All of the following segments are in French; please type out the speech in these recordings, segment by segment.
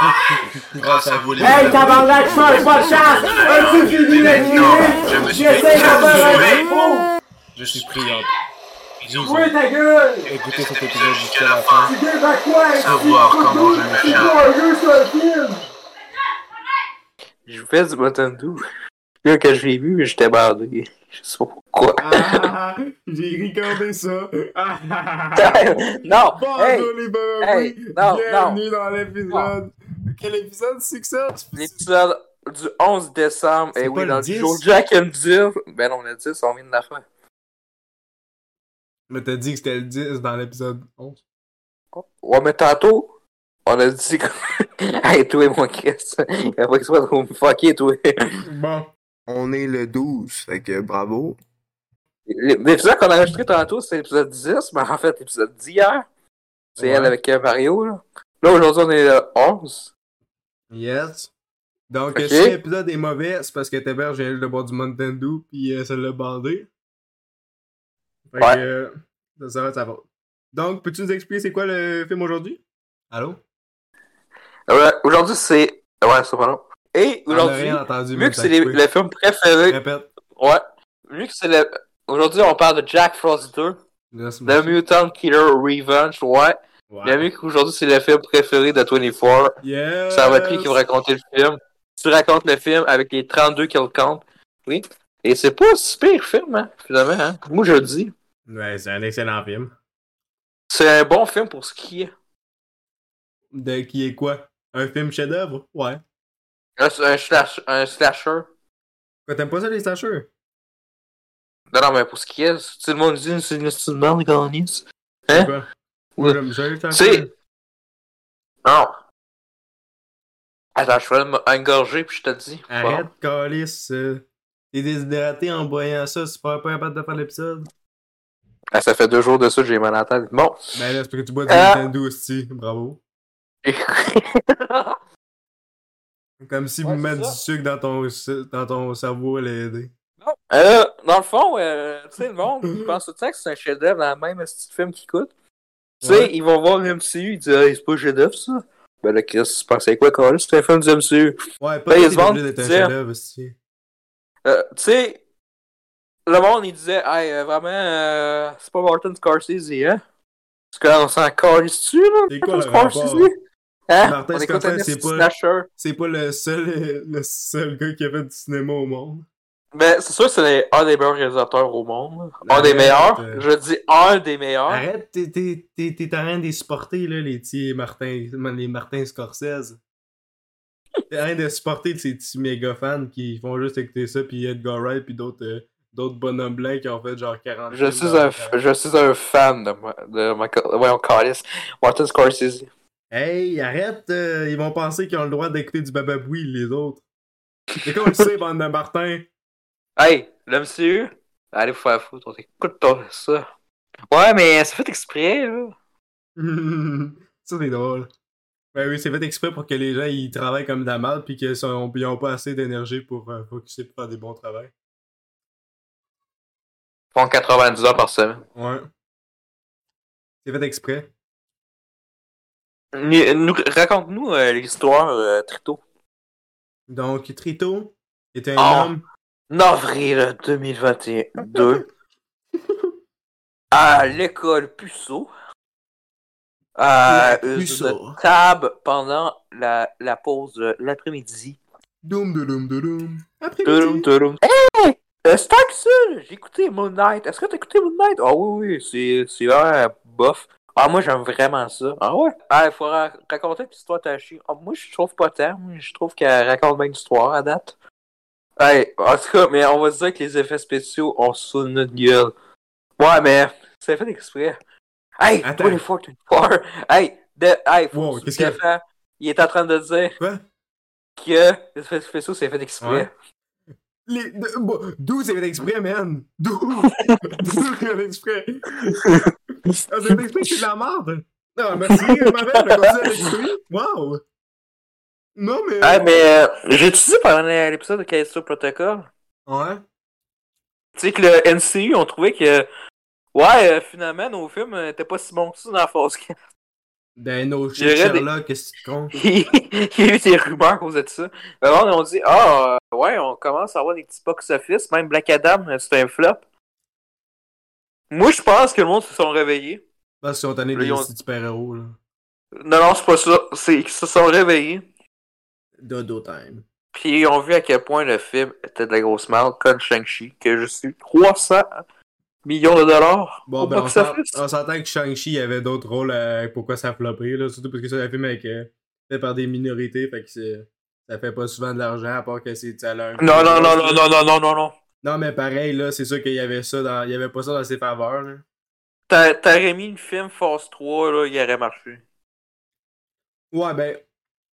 Ah, Grâce à vous, les Hey, malades. tabarnak, je mange pas de chasse! As-tu fini la je me cuillère? suis J'essaie de faire un fait info! Je suis priant. Jouez ta gueule! Écoutez cet épisode jusqu'à la fin. Tu gueules à quoi? est-ce que Savoir tu comment photos? je me C'est chasse. pas un jeu, c'est un film! Je vous fais du bottom doux. Là, quand je l'ai vu, j'étais bardé. Je sais pas pourquoi. Ah, ah, ah, J'ai regardé ça. Ah, ah, ah, ah. non! Bonjour Hey! les bababouis. Hey! Non, Bienvenue dans l'épisode. Quel épisode c'est que ça? Tu peux- L'épisode du 11 décembre, C'est et pas oui, le dans le 10? jour Jack aime dire. Ben non, le 10, on vient de la fin. Mais t'as dit que c'était le 10 dans l'épisode 11. Ouais, mais tantôt, on a dit que. hey, toi et moi, Chris. Il faut qu'il soit trop fucké, toi. Bon. On est le 12, fait que bravo. L'épisode qu'on a enregistré tantôt, c'était l'épisode 10, mais en fait, l'épisode d'hier. C'est elle Ouais. avec euh, Mario, là. Là, aujourd'hui, on est le 11. Yes. Donc, Ok. si l'épisode est mauvais, c'est parce que Tébert vient de boire du Mountain Dew, puis euh, ça l'a bandé. Fait que, Ouais. euh, ça sera de sa faute. Donc, peux-tu nous expliquer c'est quoi le film aujourd'hui? Allô? Euh, Aujourd'hui, c'est. Ouais, c'est pas long. Et On n'a aujourd'hui, rien entendu. vu mais ben, que ça c'est a les- coupé. le film préféré. Répète. Ouais. Vu que c'est le. Aujourd'hui, on parle de Jack Frost 2, The Mutant Killer Revenge, ouais. Ouais. Bien vu qu'aujourd'hui, c'est le film préféré de 24. Yes. Ça va être lui qui va raconter le film. Tu racontes le film avec les 32 kill count. Oui. Et c'est pas un si pire film, hein, finalement. Hein. Moi, je le dis. Ouais, c'est un excellent film. C'est un bon film pour ce qui est. De qui est quoi? Un film chef-d'œuvre? Ouais. Un, un, slash- un slasher. Quoi, t'aimes pas ça, les slashers? Non, non, mais pour ce qui est, si tout le monde dit c'est une petite merde qu'on est. Hein? Quoi? Ouais. J'aime ça, les Tu slashers. sais. Non. Attends, je vais me engorger puis je te dis. Arrête, Calis. T'es déshydraté en voyant ça, c'est pas pas capable de faire l'épisode. Ah, ça fait deux jours de ça, j'ai mal à la tête. Bon. Ben là, c'est parce que tu bois du Ah. Nintendo aussi, bravo. Ben. Comme si Ouais, vous mettez c'est du ça. sucre dans ton, ce- dans ton cerveau, elle est aidée. Euh, dans le fond, euh, tu sais, le monde, ils pensent tout le temps que c'est un chef-d'œuvre dans la même petit film qui coûte. Tu sais, Ouais. ils vont voir le MCU, ils disent, hey, c'est pas un chef-d'œuvre ça. Ben là, Chris, tu pensais quoi, quand C'est un film du MCU. Ouais, Ben, pas ils que se c'est vendent, obligé d'être un tu sais. chef-d'œuvre aussi. Euh, tu sais, le monde, il disait, hey, euh, vraiment, euh, c'est pas Martin Scorsese, hein? Parce qu'on s'en calisse-tu, là? C'est quoi Martin le rapport? Scorsese? Hein? Martin On écoute un Scorsese, c'est petit pas- slasher. C'est pas le seul, le seul gars qui a fait du cinéma au monde. Ben, c'est sûr que c'est un des meilleurs réalisateurs au monde. Ben, un des arrête, meilleurs. euh. Je dis un des meilleurs. Arrête, t'es- t'es t'es- t'es en train de les supporter, là, les petits Martin, les Martin Scorsese. T'es en train de supporter ces petits méga fans qui font juste écouter ça, puis Edgar Wright, puis d'autres euh, d'autres bonhommes blancs qui ont fait genre 40 Je films suis, dans un, leur f- carrière. je suis un fan de, ma- de Michael, voyons, Carlis, Martin Scorsese. Hey, arrête, euh, ils vont penser qu'ils ont le droit d'écouter du bababoui, les autres. C'est comme le sait, bande de Martin. Hey, le MCU, allez vous faire foutre, on écoute ton- ça. Ouais, mais c'est fait exprès, là. ça, c'est drôle. Ben oui, c'est fait exprès pour que les gens ils travaillent comme de la merde puis qu'ils n'ont pas assez d'énergie pour euh, focuser pour faire des bons travaux. Ils font 90 heures par semaine. Ouais. C'est fait exprès. Nous- nous- Raconte-nous euh, l'histoire, euh, Trito. Donc, Trito est un Ah. homme. Avril 2022. à l'école Puceau. À La une Puceau. table pendant la, la pause de l'après-midi. Doum, doum, doum, doum. Après, Tudum, tudum. Hey! Euh, C'est pas que ça! là. J'ai écouté Moon Knight. Est-ce que t'as écouté Moon Knight? Ah oui, oui, c'est c'est vraiment bof. Ah, moi, j'aime vraiment ça. Ah ouais? Ah, il faut ra- raconter une histoire tachée. Ah, moi, je trouve pas tant. Moi, Je trouve qu'elle raconte bien une histoire à date. Hey, en tout cas, mais on va dire que les effets spéciaux, on se fout de notre gueule. Ouais, mais c'est fait exprès. Hey, Attends. 24, 24. Hey, de, hey, faut Wow, que tu qu'est-ce te qu'il défends. Il est en train de dire Quoi? que les effets spéciaux, c'est fait exprès. Ouais. Les... de- bon, 12 c'est fait exprès, man! 12! 12 c'est fait exprès! Ah, c'est fait exprès, c'est de la merde! Non, merci, euh, ma belle, on continue avec toi. Wow! Non, mais. Ah, mais euh, j'ai-tu dit pendant l'épisode de Callisto Protocol? Ouais. Tu sais que le NCU ont trouvé que. Ouais, euh, finalement, nos films euh, étaient pas si bons que ça dans la phase 4. Ben, no Il y shit, aurait des- Sherlock, qu'est-ce que tu comptes? il y a eu des rumeurs à cause de ça. Le monde, on dit Ah, euh, ouais, on commence à avoir des petits box-office. Même Black Adam, euh, c'est un flop. Moi, je pense que le monde se sont réveillés. Parce qu'ils sont tannés Là, des ils ont- petits super-héros, là. Non, non, c'est pas ça. C'est qu'ils se sont réveillés. Dodo time. Puis ils ont vu à quel point le film était de la grosse merde, comme Shang-Chi, que je suis 300 millions de dollars Bon, au ben, on s'en- box-office. on s'entend que Shang-Chi avait d'autres rôles à- pourquoi ça a floppé, là. Surtout parce que c'est un film avec, euh, fait par des minorités, fait que c'est- ça fait pas souvent de l'argent, à part que c'est ça leur- Non, non, non, non, non, non, non, non, non. Non, mais pareil, là, c'est sûr qu'il y avait ça dans... Il y avait pas ça dans ses faveurs, là. T'a- T'aurais mis le film Force 3, là, il aurait marché. Ouais, ben,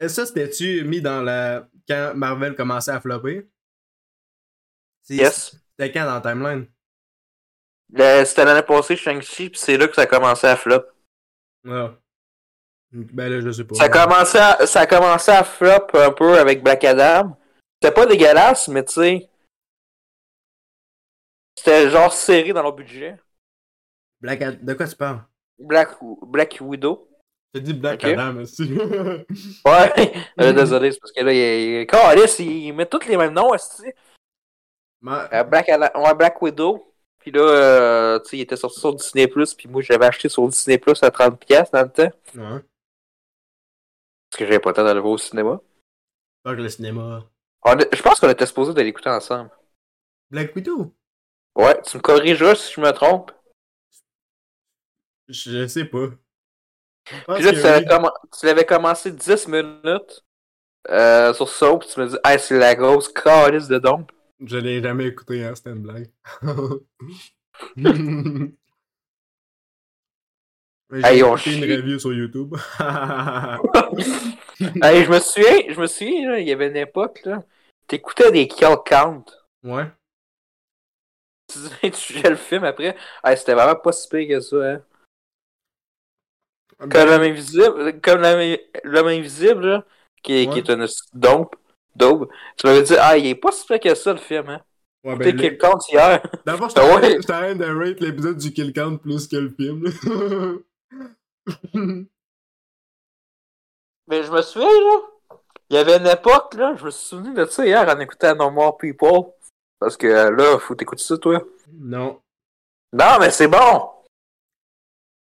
et ça, c'était-tu mis dans la... Quand Marvel commençait à flopper? C'est- Yes. C'était quand dans la timeline? Le- C'était l'année passée, Shang-Chi, puis c'est là que ça a commencé à flop. Ouais. Ah. Ben là, je sais pas. Ça a, commencé à, ça a commencé à flop un peu avec Black Adam. C'était pas dégueulasse, mais tu sais. C'était genre serré dans leur budget. Black Ad- De quoi tu parles? Black, Black Widow. J'ai dit Black Ok. Adam aussi. Ouais, Euh, désolé, c'est parce que là, il, il, Calisse, il, il met tous les mêmes noms, aussi. Ma- Euh, Black, Ala- ouais, Black Widow. Puis là, euh, tu sais, il était sorti sur Disney+, puis moi, j'avais acheté sur Disney+, à 30$ piastres dans le temps, Ouais. parce que j'avais pas le temps de le voir au cinéma. Fuck le cinéma. On est- Je pense qu'on était supposé de l'écouter ensemble. Black Widow? Ouais, tu me corrigeras si je me trompe. Je je sais pas. Je pense Puis là, que tu l'avais oui. commen- tu l'avais commencé 10 minutes euh, sur Soap, puis tu me dis, hey, c'est la grosse calice de dom. Je l'ai jamais écouté, hein, c'était une blague. Mais J'ai Hey, on écouté une chie. review sur YouTube. Hey, je me souviens, je me souviens, là, il y avait une époque, là, t'écoutais des kill count. ouais. Tu disais, tu jugeais le film après. Hey, c'était vraiment pas si pire que ça, hein. Mm-hmm. Comme l'homme invisible, comme l'homme l'homme invisible, là, qui, Ouais. qui est une dope, dope, tu m'avais dit, ah, il est pas si pire que ça, le film, hein. Ouais, T'es ben, kill count hier. D'abord, je Ah t'arrête ouais? je t'arrête de rate l'épisode du Kill Count plus que le film. là. Mais je me souviens, là, il y avait une époque, là, je me suis souvenu de ça hier en écoutant No More People. Parce que euh, là, faut t'écouter ça, toi. non. Non, mais c'est bon!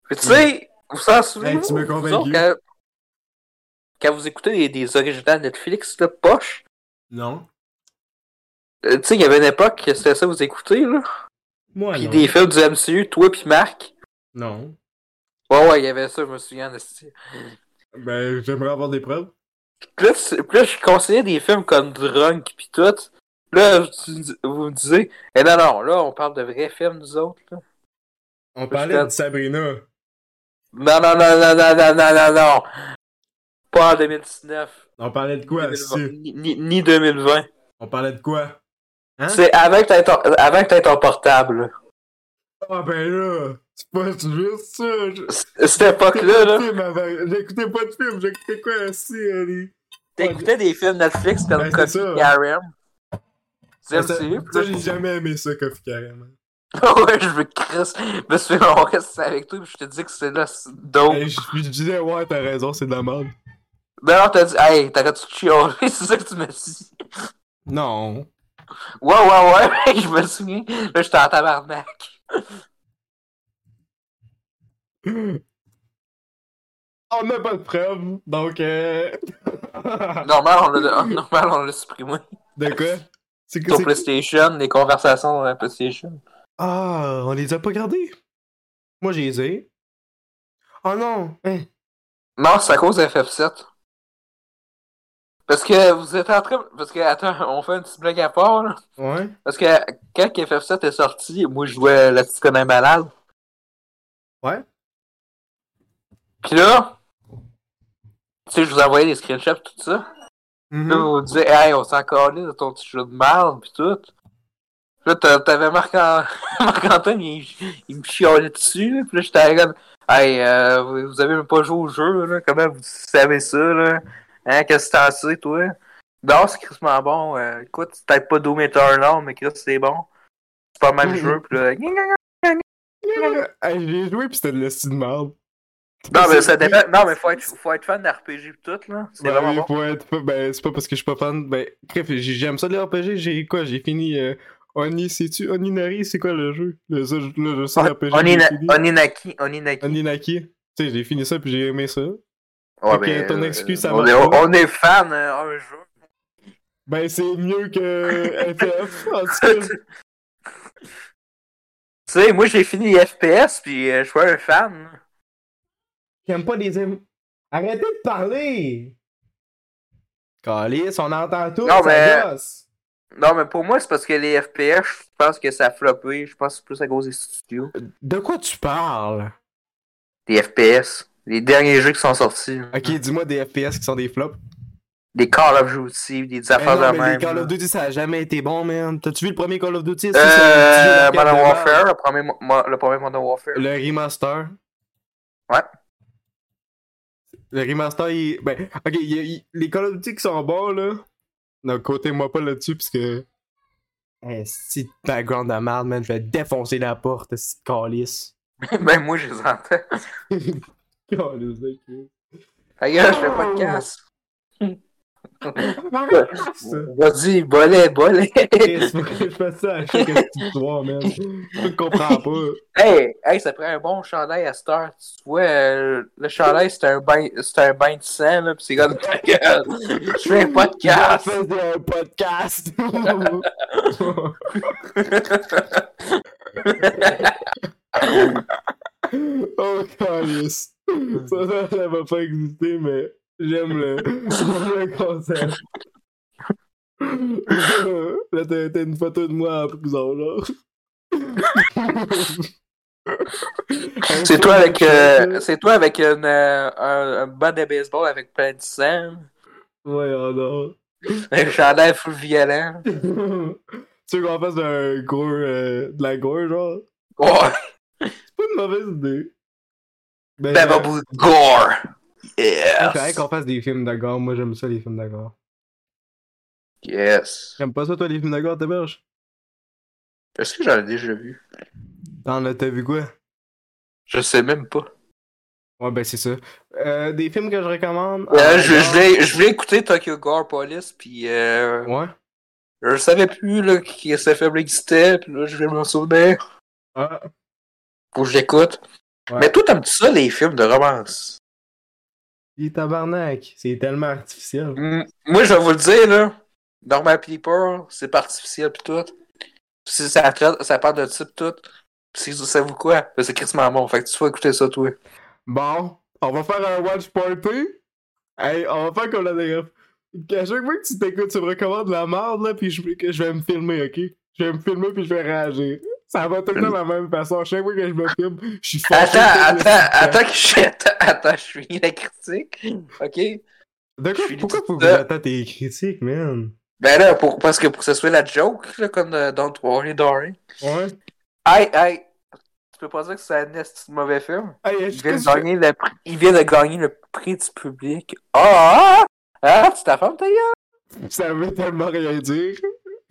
Puis tu sais, vous en souvenez? Hey, tu m'as convaincu. quand, quand vous écoutez des, des originales Netflix, là, poche, Non. euh, tu sais, il y avait une époque que c'était ça vous écoutez, là. Moi, Puis Ah, non. des films du MCU, toi puis Marc. Non. Ouais, ouais, il y avait ça, je me souviens. de ce- Ben, j'aimerais avoir des preuves. Puis là, tu- puis là, je conseillais des films comme Drunk puis tout. Là, tu me dis- vous me disiez, eh non, non, là, on parle de vrais films, nous autres. Là. On fais- parlait de Sabrina. Non, non, non, non, non, non, non, non, non. Pas en 2019. On parlait de quoi, si? ni, ni- ni 2020. On parlait de quoi? Hein? C'est avant que t'aies ton, avant que t'aies ton portable. là. Ah ben là, c'est pas juste ça. je- C- Cette époque-là, là, J'écoutais pas de film avant. J'écoutais pas de film, j'écoutais quoi, si, allez? t'écoutais des films Netflix comme Ben, c'est Coffee ça. Ben, Harem. Du Ça, ça- MCU, puis ça, là, j'ai jamais aimé ça, Coffee carrément. Ah ouais, je veux Chris. Je me suis fait on reste avec toi, puis je te dis que c'est là, c'est dope. Hey, je, je disais, ouais, t'as raison, c'est de la merde. Mais alors, t'as dit, hey, t'arrêtes de chialer, c'est ça que tu me dis. Non. Ouais, ouais, ouais, mec, je me souviens. Là, j'étais en tabarnak. On n'a pas de preuves, donc euh... De Normal, on l'a, normal, on l'a supprimé. quoi? C'est que Sur c'est- PlayStation, les conversations sur la PlayStation. Ah, on les a pas gardés? Moi, j'ai les ai. Oh non! Hein. Non, c'est à cause de FF7. Parce que vous êtes en train. Parce que, attends, on fait un petit blague à part, là. Ouais? Parce que quand FF7 est sorti, moi, je jouais la petite conne malade. Ouais? Puis là, tu sais, je vous envoyais des screenshots, tout ça. Là, Mhm. vous disiez, hey, on s'en calait de ton petit jeu de mal, pis tout. Puis Là, t'a- t'avais Marc-An- Marc-Antoine, il, il me chialait dessus, là. Puis là, j'étais comme, hey, euh, vous- vous avez même pas joué au jeu, là. Comment vous savez ça, là? Hein, qu'est-ce que t'en sais, toi? Non, c'est crissement bon. Euh, écoute, c'est peut-être pas Doom Eternal, mais Chris, c'est bon. C'est pas le même jeu, pis là, Hey, j'ai joué pis c'était de la style de merde. Non, mais ça dépend. Non, mais faut être, faut être fan d'RPG pis tout, là. C'est Ben vraiment oui, bon. pour être- ben, c'est pas parce que je suis pas fan. Ben, bref, j'ai- j'aime ça les RPG. J'ai quoi J'ai fini. euh, Oni, c'est-tu Oninari C'est quoi le jeu Le, jeu- le, le seul RPG. que j'ai Onina- fini. Oninaki, Oninaki. Oninaki. Tu sais, j'ai fini ça puis j'ai aimé ça. Ouais, Ok, ben, ton euh, excuse, ça on marche est, pas. on est fan euh, un jeu. Ben, c'est mieux que FF. En tout cas, Tu sais, moi j'ai fini FPS puis euh, je suis un fan. j'aime pas les. im- Arrêtez de parler Calice, on entend tout. Non, ça mais- gosse. Non, mais pour moi, c'est parce que les FPS, je pense que ça a floppé. Je pense que c'est plus à cause des studios. De quoi tu parles Les FPS. Les derniers jeux qui sont sortis. là. Ok, dis-moi des FPS qui sont des flops. Des Call of Duty, des Ben non, affaires Mais de même. les Call là. of Duty, ça a jamais été bon, man. T'as-tu vu le premier Call of Duty ça, c'est un Euh, petit jeu d'arcade Modern de merde. Warfare, le premier, mo- mo- le premier Modern Warfare. Le remaster. Ouais. Le remaster, il. Ben, ok, il y a- il- les Call of Duty qui sont bons, là. Non, côté-moi pas là-dessus, parce que. Eh, si background de merde, man, je vais défoncer la porte, si calice. ben moi, je les entends. Calice, ok. Ta gueule, je fais Oh, pas de casse. Ça. Vas-y, bolet, bolet. Chris, faut que je fasse ça à chaque histoire, man. Je comprends pas. hey, hey, ça prend un bon chandail à cette heure. Tu vois, euh, le chandail, c'est un bain, c'est un bain de sang, là, pis c'est comme ta gueule. Je fais pas de casse. faisait un podcast. oh, calice. Ça, ça, ça va pas exister, mais j'aime le, j'aime le concept. Là, t'as t'as une photo de moi en prison, genre. c'est toi avec, euh, c'est toi avec une, euh, un, un bat de baseball avec plein de sang. Ouais, oh non. Un chandail full violent. tu veux qu'on fasse un gros, euh, de la gore, genre? Oh, C'est pas une mauvaise idée. Ben, euh, Bababoo Gore. c'est vrai Yes. qu'on fasse des films de gore. Moi, j'aime ça, les films de gore. Yes. J'aime pas ça, toi, les films de gore, t'héberges? Est-ce que j'en ai déjà vu? T'en as t'as vu quoi? Je sais même pas. Ouais, ben, c'est ça. Euh, des films que je recommande. Euh, en je, je gore- voulais, je voulais écouter Tokyo Gore Police, puis euh, Ouais. je savais plus là, que ce film existait, puis là, je vais m'en souvenir. Ah. Faut que je l'écoute. Ouais. Mais toi, t'aimes ça, les films de romance? Les tabarnak. C'est tellement artificiel. Mm, Moi, je vais vous le dire, là. Normal People, c'est pas artificiel, pis tout. Pis si ça, traite, ça parle de type, tout. Pis c'est- ça vous quoi? Ben, c'est crissement bon. Fait que tu vas écouter ça, toi. Bon, on va faire un watch party. Hey, on va faire comme la dernière fois. À chaque fois que tu t'écoutes, tu me recommandes de la merde, là, puis je, que je vais me filmer, ok? Je vais me filmer, puis je vais réagir. Ça va tout le temps de la même façon. À chaque fois que je me filme, je suis fâché. Attends, comme le attends, système. attends que je, attends, attends, je finis la critique. OK? De quoi, je suis pourquoi tout faut que seul. j'attends tes critiques, man? Ben là, pour, parce que pour que ce soit la joke, là, comme dans Don't Worry, Dory. Ouais. Aïe, aïe. Tu peux pas dire que c'est un esti de mauvais film? Hey, Il est-ce vient, que de je- gagner le prix, il vient de gagner le prix du public. Ah! Ah, ah tu t'as femme, ta gueule? ça veut tellement rien dire.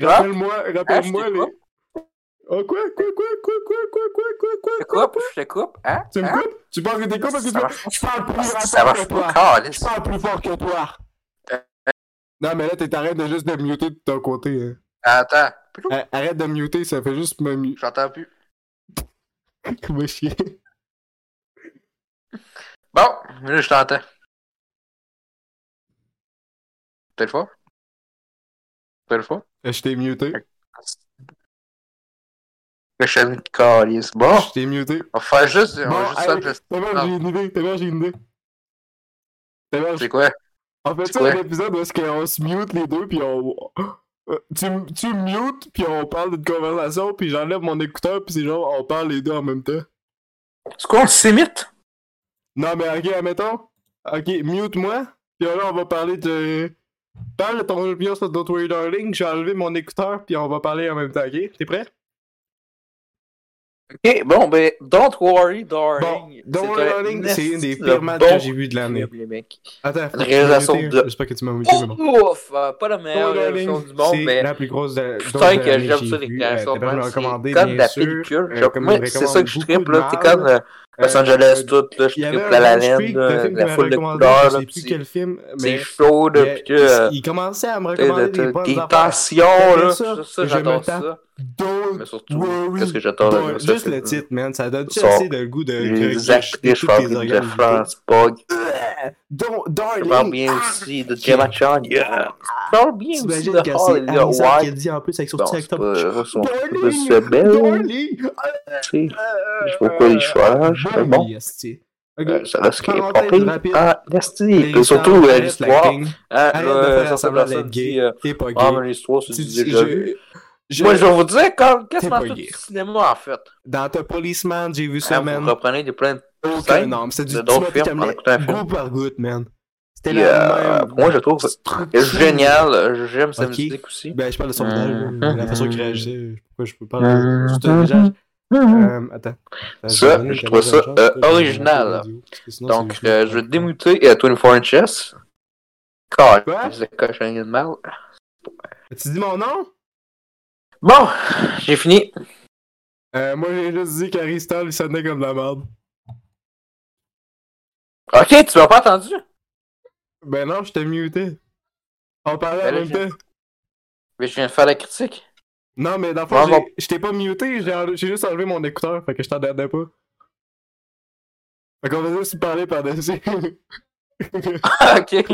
Ah. Rappelle-moi, rappelle-moi Ah, je les. Oh, quoi, quoi, quoi, quoi, quoi, quoi, quoi, quoi, quoi, Je te quoi? coupe, je te coupe, hein? Tu me hein? coupes? Tu penses que t'es coupes parce que tu Ça veux- marche Je parle plus pas, ça rapidement que marche toi. pas, câlisse. Je parle plus fort que toi. Euh. Non, mais là, t'es- t'arrêtes de juste de muter de ton côté. hein. Attends, Plou, Ar- Arrête de muter, ça fait juste me muter. j'entends plus. Comme un chien. Bon, là, je t'entends. T'es le fort? T'es le fort? Je t'ai muté. Je suis une câlisse. Bon, Je t'ai muté. on va faire juste, on va Bon, juste faire hey, de la- T'héberge, j'ai une idée. T'héberge, j'ai une idée. T'héberge, C'est quoi? on fait ça quoi? un épisode où est-ce qu'on se mute les deux, puis on... Euh, Tu, tu mutes, puis on parle d'une conversation, puis j'enlève mon écouteur, puis c'est genre, on parle les deux en même temps. C'est quoi, on s'imite? Non, mais ok, admettons. Ok, mute-moi. Puis là, on va parler de. Parle de ton opinion sur Don't Worry Darling. J'ai enlevé mon écouteur, puis on va parler en même temps, ok? T'es prêt? Ok, bon, ben, Don't Worry, Darling. Don't C'est Worry un Darling, c'est une des esti de pires matchs bon que j'ai vu de l'année. film, les mecs. Attends, faut que je Réalisation me mute. de- J'espère que tu m'as muté, mais bon. Ouf, euh, pas la Don't meilleure Worry réaction Darling, du monde, c'est mais. la plus grosse de Putain d'autres que années j'aime j'ai ça les vu. Euh, créations t'as pas me de recommander, C'est comme bien la sûr. pellicule. Euh, Genre, comme moi, je c'est ça recommande que je beaucoup tripe de là. T'es mal. comme euh, Los Angeles, Euh, tout, là, je Il y avait triple la un Creek, laine, un film qui la m'avait foule de recommandé, je couleurs, là, sais plus pis quel film, c'est mais chaud, là, pis que, euh, il, il commençait à me tu sais, de- recommander des de- bonnes des affaires. tensions, J'aimais là, ça, ça, je ça, me j'adore tape. ça. Don't Mais surtout, worry. qu'est-ce que j'adore Don't- de ça, Juste c'est- le titre, man, ça donne Son- tu sais, le goût de Les de- actrices de- de- de- de- favorites de de- France, Pog, Don't, je parle darling. bien aussi de Gemma Chan, yeah. Je parle bien aussi T'imagines de que c'est Hall, Anissa qui White. a dit en plus avec son Non, petit c'est acteur. pas euh, son de Darling, ce belle, Darling. tu sais. Je sais pas pourquoi ils choisissent, mais Ah, bon. Darling, esti. Ok. Euh, Ça reste qui est Parenthèse popé. rapide. Ah, merci. Les Et surtout, gens, euh, arrête l'histoire. l'acting. Ah, Arrête de euh, faire certaines semblant d'être personnes gay. disent, euh, T'es pas ah, gay. mais l'histoire, c'est Tu- du tu- déjà je- vu. je- Moi, je vais vous dire, quand, quasiment pas tout gay. le cinéma, en fait. Dans The Policeman, j'ai vu Hein, ça, vous man. reprenez des plein de Aucun scènes. nom. C'est du de d'autres Timothée films, en Chalamet, écoutant un film. Goût par goutte, man. C'était Puis, la euh, même. moi, je trouve structure. génial. J'aime sa Ok. musique aussi. Ben, je parle de son visage, Mhm. là, la façon qu'il réagissait. je- Pourquoi je peux parler Mhm. de son visage Euh, Attends. Ça, vais donner je trouve une ça, caméra de euh, chance, original. je vais donner une caméra de radio, parce que sinon, Donc, c'est euh, juste- je vais démuter et à 24 Chess. Car, Quoi? je coche rien de mal. Tu dis mon nom? Bon, j'ai fini. Euh, moi, j'ai juste dit qu'Aristal, il sonnait comme de la merde. Ok, tu m'as pas entendu? Ben non, je t'ai muté. On parlait Ben en là, même j'ai- temps. Mais je viens de faire la critique. Non, mais dans le Ouais, fond, bon. j'ai- je t'ai pas muté, j'ai enle- j'ai juste enlevé mon écouteur, fait que je t'entendais pas. Fait qu'on va juste parler par-dessus. Ah, ok.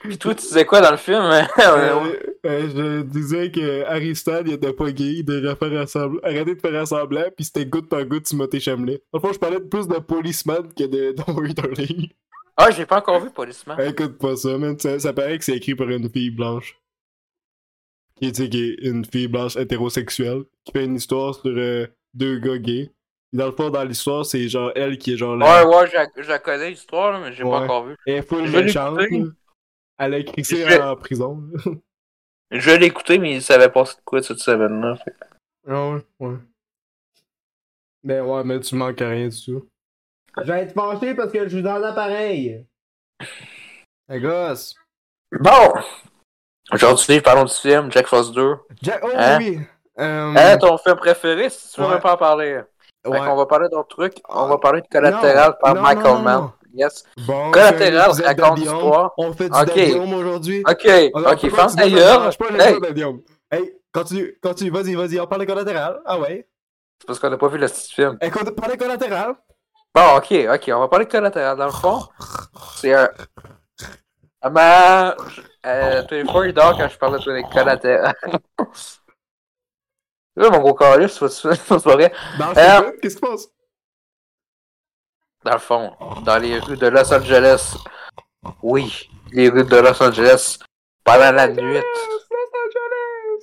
Puis toi, tu disais quoi dans le film? Euh, euh, je disais que Aristan, il était pas gay, il devait faire semblant, arrêter de faire semblant, puis c'était goutte par goutte Timothée Chamelet. Dans le fond, je parlais de plus de policeman que de Don Darling. Ah, j'ai pas encore vu Policeman. Ben, Écoute pas ça, man. Ça, ça paraît que c'est écrit par une fille blanche. Qui, tu sais, qui est une fille blanche hétérosexuelle, qui fait une histoire sur euh, deux gars gays. Et dans le fond, dans l'histoire, c'est genre elle qui est genre Ouais, la. ouais, j'ai je la connais l'histoire, là, mais j'ai Ouais. pas encore vu. Elle est full Je l'ai méchante. écouté. là. Elle a écrit ça Je- en prison. Je l'ai écouté, mais il savait pas de quoi cette semaine-là. fait Ah ouais, ouais. Ben ouais, mais tu manques à rien du tout. Je vais être fâché parce que je suis dans l'appareil. La gosse. que- Bon! Aujourd'hui, parlons du film Jack Frost 2. Jack, oh Hein? oui! Euh, Hein, ton film préféré, si tu veux Ouais. même pas en parler. ouais. Fait qu'on va parler d'autres trucs. On va parler de Non, Collatéral par non, Michael non, non, Mann. non. Yes. Bon, Collatéral, c'est un épisode raconte de Guillaume. l'histoire. On fait du Ok. okay. aujourd'hui. Ok, On- ok, pourquoi femme tu dis ça? d'ailleurs. Je sais pas, Hey, j'aime pas de Guillaume. Hey, continue, continue, vas-y, vas-y, on parle de collatéral. Ah ouais? c'est parce qu'on a pas vu le petit film. Écoute, on parle de collatéral. Bon, ok, ok, on va parler de collatéral. Dans le fond, c'est un. Ah, ben, euh, 24, il dort quand je parle de collatéral. Là, mon gros calice, faut se- faut se barrer. Dans Euh, ce qu'est-ce qui se passe? Dans le fond, dans les rues de Los Angeles. Oui, les rues de Los Angeles. Pendant la nuit.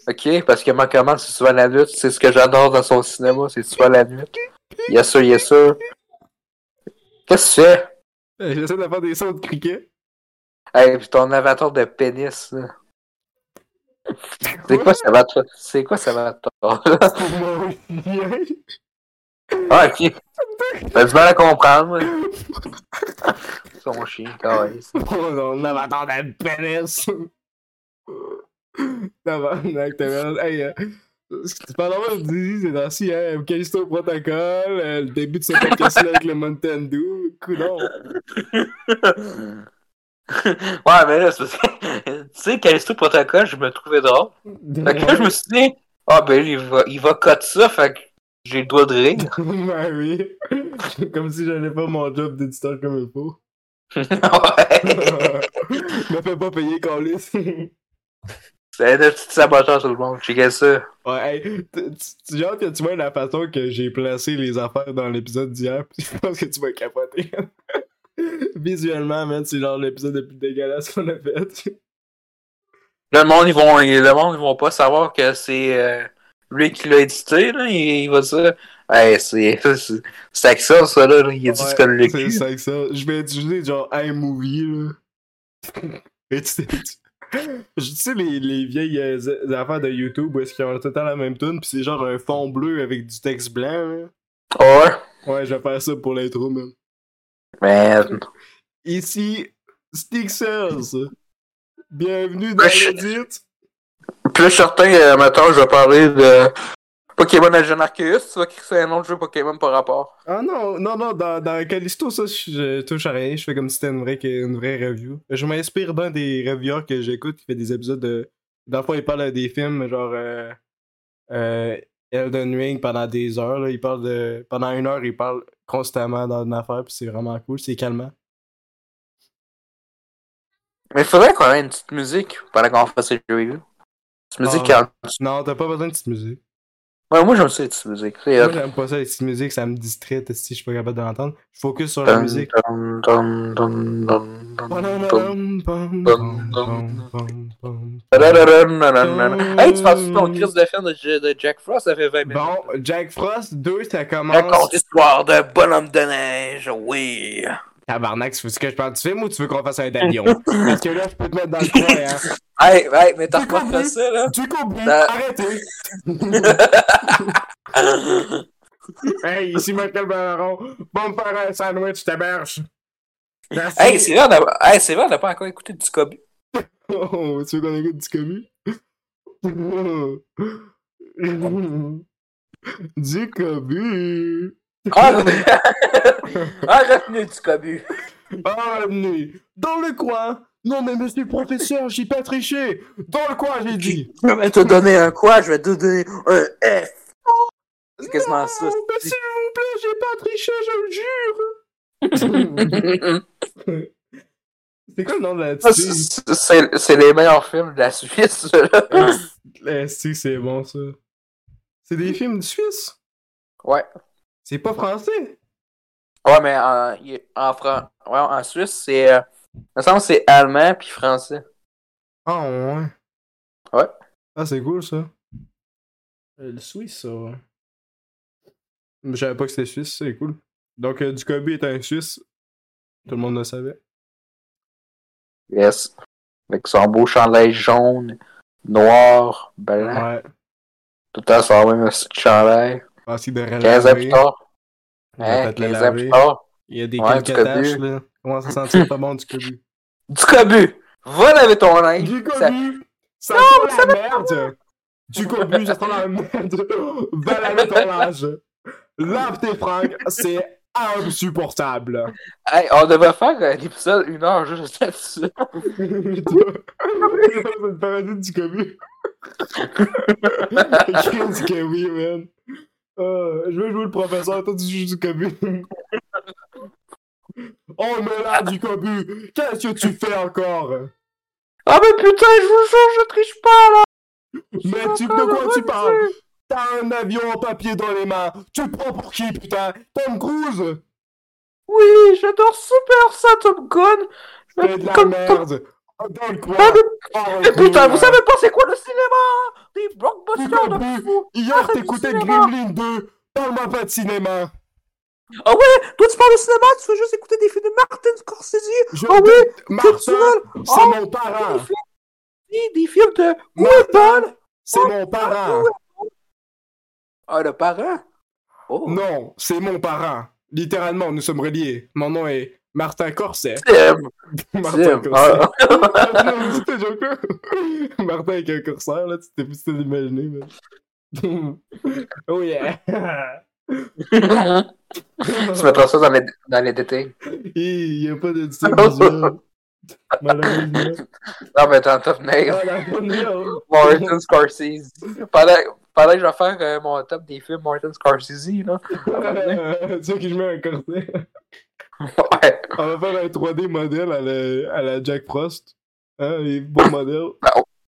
Ok, parce que ma commande, c'est souvent la nuit. C'est ce que j'adore dans son cinéma, c'est souvent la nuit. Yes sir, yes sir. Qu'est-ce que tu fais? Euh, J'essaie de faire des sons de criquet. Hey, puis ton avatar de pénis, là. C'est quoi ça va C'est quoi ça va Pour mon chien. Ah, ok. T'as du mal à comprendre, moi. Son chien, caresse. Oh non, l'avatar de pénis. Tabarnak, tabarnak. Hey, euh, ce que tu parles vraiment de Dizzy, c'est dans si, hein, Calisto Protocol, euh, le début de ce podcast-là avec le Mountain Dew, coudon. Ouais, mais là, c'est parce que. tu sais, Callisto Protocol, je me trouvais drôle. Fait que là, je me suis dit, ah, ben, il va, il va cote ça, fait que j'ai le doigt de rire. Ben oui. Comme si j'allais pas mon job d'éditeur comme il faut. ouais. me fais pas payer, Colis. ouais, C'est un petit saboteur, tout le monde. Checkez ça. hey, tu- tu- tu- genre que tu vois la façon que j'ai placé les affaires dans l'épisode d'hier, pis je pense que tu vas capoter. Visuellement, man, c'est genre l'épisode le plus dégueulasse qu'on a fait. Là, le monde, ils vont, le monde, ils vont pas savoir que c'est euh, lui qui l'a édité, là. Il, il va dire, hey, c'est, c'est, c'est avec ça, ça, là. Il a dit Ouais, ce que le C'est cul. ça que ça. Je vais utiliser genre iMovie, là. Et tu sais, tu- je- tu sais les, les vieilles euh, z- affaires de YouTube où est-ce qu'ils ont tout le temps la même tune, puis c'est genre un fond bleu avec du texte blanc, là. Ouais. Ouais, je vais faire ça pour l'intro, même. Man. Ici, Stixels. Bienvenue dans Ouais, Ben, je- Reddit. Plus certain, euh, maintenant, je vais parler de. Pokémon à jeune Arceus, tu vas créer un nom de jeu Pokémon par rapport. Ah non, non, non, dans, dans Callisto, ça, je, je touche à rien. Je fais comme si c'était une vraie, une vraie review. Je m'inspire d'un des reviewers que j'écoute qui fait des épisodes de. Dans le fond, il parle des films, genre. Euh, euh, Elden Ring pendant des heures. Là. Il parle de. Pendant une heure, il parle constamment dans une affaire, puis c'est vraiment cool, c'est calmant. Mais il faudrait qu'on ait une petite musique pendant qu'on fasse les jeux vidéo. Petite musique Ah. calme. Non, t'as pas besoin de petite musique. Ouais, moi, j'aime ça, les petites musiques. C'est, Moi, euh, j'aime pas ça, les petites musiques, ça me distrait si je suis pas capable de l'entendre. Je focus sur la dun, musique. dun, dun, dun, dun, dun, dun. Tadadadun, nanana. Hey, tu penses ton crise de film de, J- de Jack Frost, ça fait 20 minutes. Bon, Jack Frost 2, ça Raconte commence. l'histoire d'un bonhomme de neige, oui. Tabarnak, tu veux que je parle du film ou tu veux qu'on fasse un avion? Parce que là, je peux te mettre dans le coin, hein. Hey, hey, mais t'as J'ai compris. pas ça, là. Tu comprends? Ça- Arrêtez! Hey, ici Michael Baron, va me faire un sandwich, tabarche! Merci. hey, c'est vrai, on a- hey, c'est vrai, on n'a pas encore écouté du Scooby. Oh, tu veux qu'on écoute du commu? du commu! Ah, retenu du Scooby. Bienvenue dans le coin. Non mais monsieur le professeur, j'ai pas triché. Dans le coin, j'ai dit. Je vais te donner un quoi, je vais te donner un F. C'est quasiment Oh, ça. mais s'il vous plaît, j'ai pas triché, je le jure. c'est- C'est quoi le nom de la petite Ah, c'est c'est les meilleurs films de la Suisse, là. Eh, Si c'est bon ça. C'est des films suisses. Ouais. C'est pas français. Ouais, mais en, il- en, Fran- ouais, en Suisse, c'est. euh, il me semble que c'est allemand puis français. Ah ouais. Ouais. Ah c'est cool ça. Euh, le suisse ça. ouais. Mais Je savais pas que c'était suisse, c'est cool. Donc euh, Ducobi est un suisse. Tout le monde le savait. Yes. Avec son beau chandail jaune, noir, blanc. Ouais. Tout le temps, ça va même un petit chandail. Parce qu'il devrait 15 ans laver. plus tard. On hein, va peut-être le 15 ans laver. plus tard. Il y a des Ouais, quelques du taches, cobu. là. Comment ça sentir pas bon du cobu? Du cobu! Va laver ton linge! Ça- Ça sent la merde! Du cobu, ça sent la merde! Va laver ton linge! Lave tes fringues, c'est insupportable! Hey, on devrait faire un épisode une heure juste là-dessus. C'est une parodie du cobu. Qu'est-ce que oui, man! Euh, je veux jouer le professeur, toi tu joues du cobu. oh, mais là, du cobu! Qu'est-ce que tu fais encore? Ah, mais putain, je vous jure, je triche pas là! Mais tu, de quoi tu parles T'as un avion en papier dans les mains. Tu te prends pour qui, putain Tom Cruise Oui, j'adore super ça, Top Gun! Je C'est de me- la Comme Top merde. Dans le coin. Ah, mais- Oh, Mais putain, Dieu. hein, vous savez pas c'est quoi le cinéma? Des J'ai blockbusters de compris. fou! Hier, Arrête t'écoutais du cinéma. Gremlin 2. Parle-moi pas de cinéma. Ah ouais? Toi, tu parles de cinéma, tu fais juste écouter des films de Martin Scorsese! Je Ah oui, dé- Martin, culturel. c'est Oh, mon parent. Des films, Oui, des films de Woodball! Martin, c'est mon parent. Ah, le parent? Oh! Non, c'est mon parent. Littéralement, nous sommes reliés. Mon nom est Martin Corset. Tim! Martin Corset. Tim! Ah. Non, c'était joke-là. Martin avec un curseur, là, tu t'es plus d'imaginer, man. oh yeah! Ah. Tu mettras ça dans les, dans les détails. Il n'y a pas d'édition Ah. visuelle. Malheureusement. Non, mais t'en top nail. Ah, la bonne merde. Martin Scorsese. Pendant, pendant que je vais faire euh, mon top des films Martin Scorsese, là. Euh, Tu veux que je mets un corset? Ouais. On va faire un 3D modèle à la, à la Jack Frost. Hein, les beaux modèles.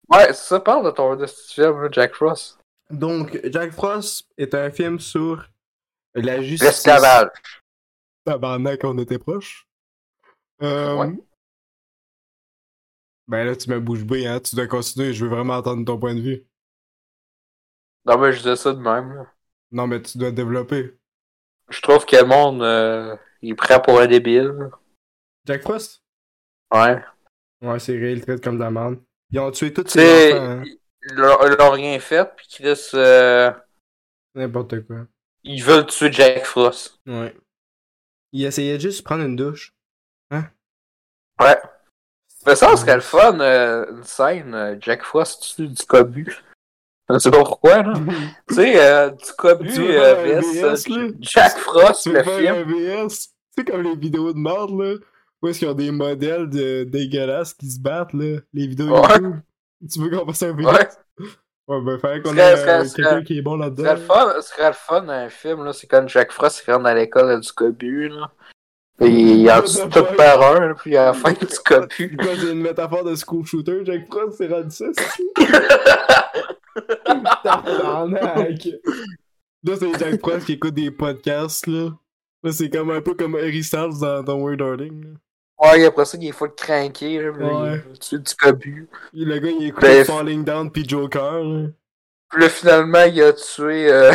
Ouais, ça parle de ton de ce film, là, Jack Frost. Donc, Jack Frost est un film sur la justice. L'esclavage. Tabarnak, on était proche. Euh... Ouais. Ben là, tu m'as bouche bée, hein. Tu dois continuer. Je veux vraiment entendre ton point de vue. Non, mais je disais ça de même. là. Non, mais tu dois développer. Je trouve que le monde, euh, il est prêt pour un débile. Jack Frost? Ouais. Ouais, c'est réel, traite comme de la merde. Ils ont tué tous Tu ces sais, enfants, hein. ils l'ont- ils l'ont rien fait, puis Chris, euh, N'importe quoi. ils veulent tuer Jack Frost. Ouais. Ils essayaient juste de prendre une douche. Ouais. Mais ça, ce serait le fun, euh, une scène, euh, Jack Frost tue du cobu. C'est pas pourquoi, là. tu sais, euh, du cobu, Tu veux euh, faire un vs, VS, euh, là? Jack Frost, Tu veux le faire film. un VS? C'est comme les vidéos de merde, là. Où est-ce qu'ils ont des modèles de... dégueulasses qui se battent, là? Les vidéos Ouais. YouTube. Tu veux qu'on fasse un VS? Ouais. Ouais, ben, fallait qu'on ait Serait- euh, serait- quelqu'un serait- qui est bon Ce serait là-dedans. le fun, ce serait le fun un film, là. C'est quand Jack Frost il rentre dans l'école euh, du cobu, là. Et il en tue tout par un, là, puis à la fin du cobu. Quoi, c'est une métaphore de school shooter, Jack Frost, c'est rendu ça, c'est Tabarnak! Là, c'est Jack Frost qui écoute des podcasts, là. Là, c'est comme un peu comme Harry Styles dans, dans Weird Darling, là. Ouais, et après ça, il est full craqué, là. puis Ouais. Il tue du cobu. Et Le gars, il écoute Ben, Falling Down pis Joker, là. Puis là, finalement, il a tué. Euh...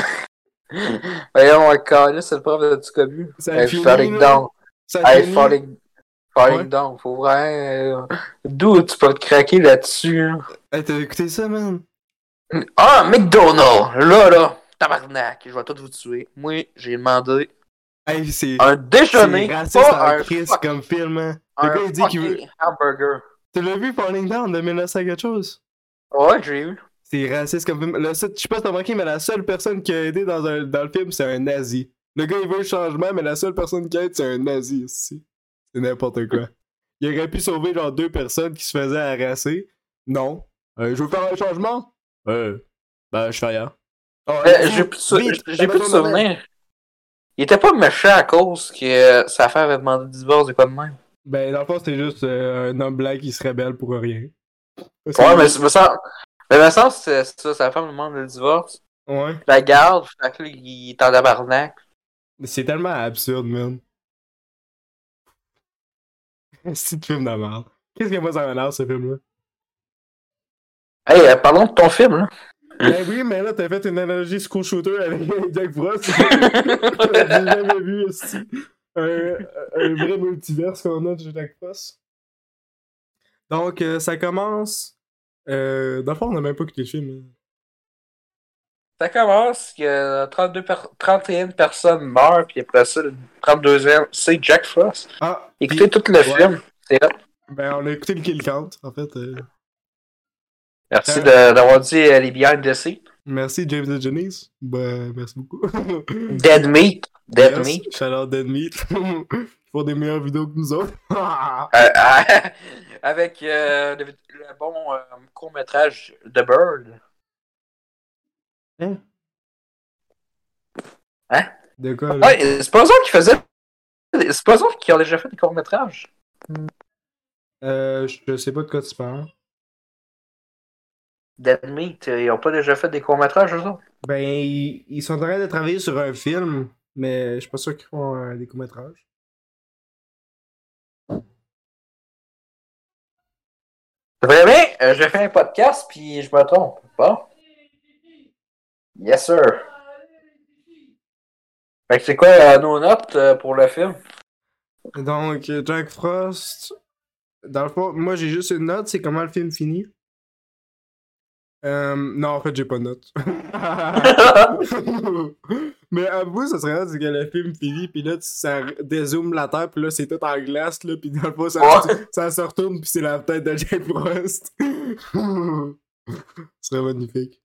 Voyons, Carlis, c'est le prof de du cobu. Ça Hey, finit, Ben, Falling là. Down. Ça Hey, finit. falling, falling Ouais. down, faut vraiment. euh, D'où tu peux te craquer là-dessus? hein? Hey, t'as écouté ça, man? Ah, McDonald's! Là, là, tabarnak, je vais tout vous tuer. Moi, j'ai demandé Hey, c'est... un déjeuner, C'est raciste pas en un, Chris fuck- comme film, hein. Le un gars, il dit qu'il veut... fucking hamburger. Tu l'as vu, Falling Down, de 1900 quelque chose? Ouais, j'ai eu. C'est raciste comme film. Le seul- je sais pas si t'as remarqué, mais la seule personne qui a aidé dans, un, dans le film, c'est un nazi. Le gars, il veut le changement, mais la seule personne qui aide, c'est un nazi aussi. C'est n'importe quoi. Il aurait pu sauver genre deux personnes qui se faisaient harasser. Non. Euh, je veux faire un changement? Euh, ben, je fais rien. Oh, Euh, nazi, J'ai plus de sou- vite, j'ai plus de abandonne-le. souvenirs. Il était pas méchant à cause que euh, sa femme avait demandé le divorce et pas de même. Ben, dans le fond, c'était juste euh, un homme blanc qui se rébelle pour rien. Parce que- Ouais, mais c'est- me semble. Mais me semble que c'est c'est ça, sa femme demande le divorce. Ouais. La garde, fait que là, il est en tabarnak. Mais C'est tellement absurde, man. C'est de film de merde. Qu'est-ce que moi ça m'a l'air, ce film-là? Hey, euh, parlons de ton film, là. Ben oui, mais là, t'as fait une analogie school shooter avec Jack Frost. J'ai jamais vu aussi un, un vrai multiverse qu'on a de Jack Frost. Donc, euh, ça commence. Euh, dans le fond, on n'a même pas quitté le film. hein. Ça commence que 32 per- 31 personnes meurent, puis après ça, le 32e, c'est Jack Frost. Ah! Écoutez puis- tout le ouais. film. C'est hot. Ben, on a écouté le kill count, en fait. euh. Merci Euh. de- d'avoir dit euh, les behind the scenes. merci, James de Jennings. Ben, merci beaucoup. Dead Meat. Dead Yes, Meat. Shout out Dead Meat. Pour des meilleures vidéos que nous autres. Euh, euh, avec euh, le, le bon euh, court-métrage The Bird. De quoi, là? Ouais, c'est pas eux autres qui faisaient. C'est pas eux autres qui ont déjà fait des courts-métrages. Euh, je je sais pas de quoi tu parles. Dead Meat, euh, ils ont pas déjà fait des courts-métrages, eux autres. Ben, ils, ils sont en train de travailler sur un film, mais je suis pas sûr qu'ils font euh, des courts-métrages. Vraiment, euh, j'ai fait un podcast, puis je me trompe. Bon. Yes, sir. Fait que c'est quoi euh, nos notes euh, pour le film? Donc, euh, Jack Frost. Dans le fond, moi j'ai juste une note, c'est comment le film finit. Euh, non, en fait, j'ai pas de note. Mais à bout, ça serait hot, c'est que le film finit, puis là, tu- ça dézoome la terre, puis là, c'est tout en glace, là, puis dans le fond, ça, Ouais. ça se retourne, puis c'est la tête de Jack Frost. Ce serait magnifique.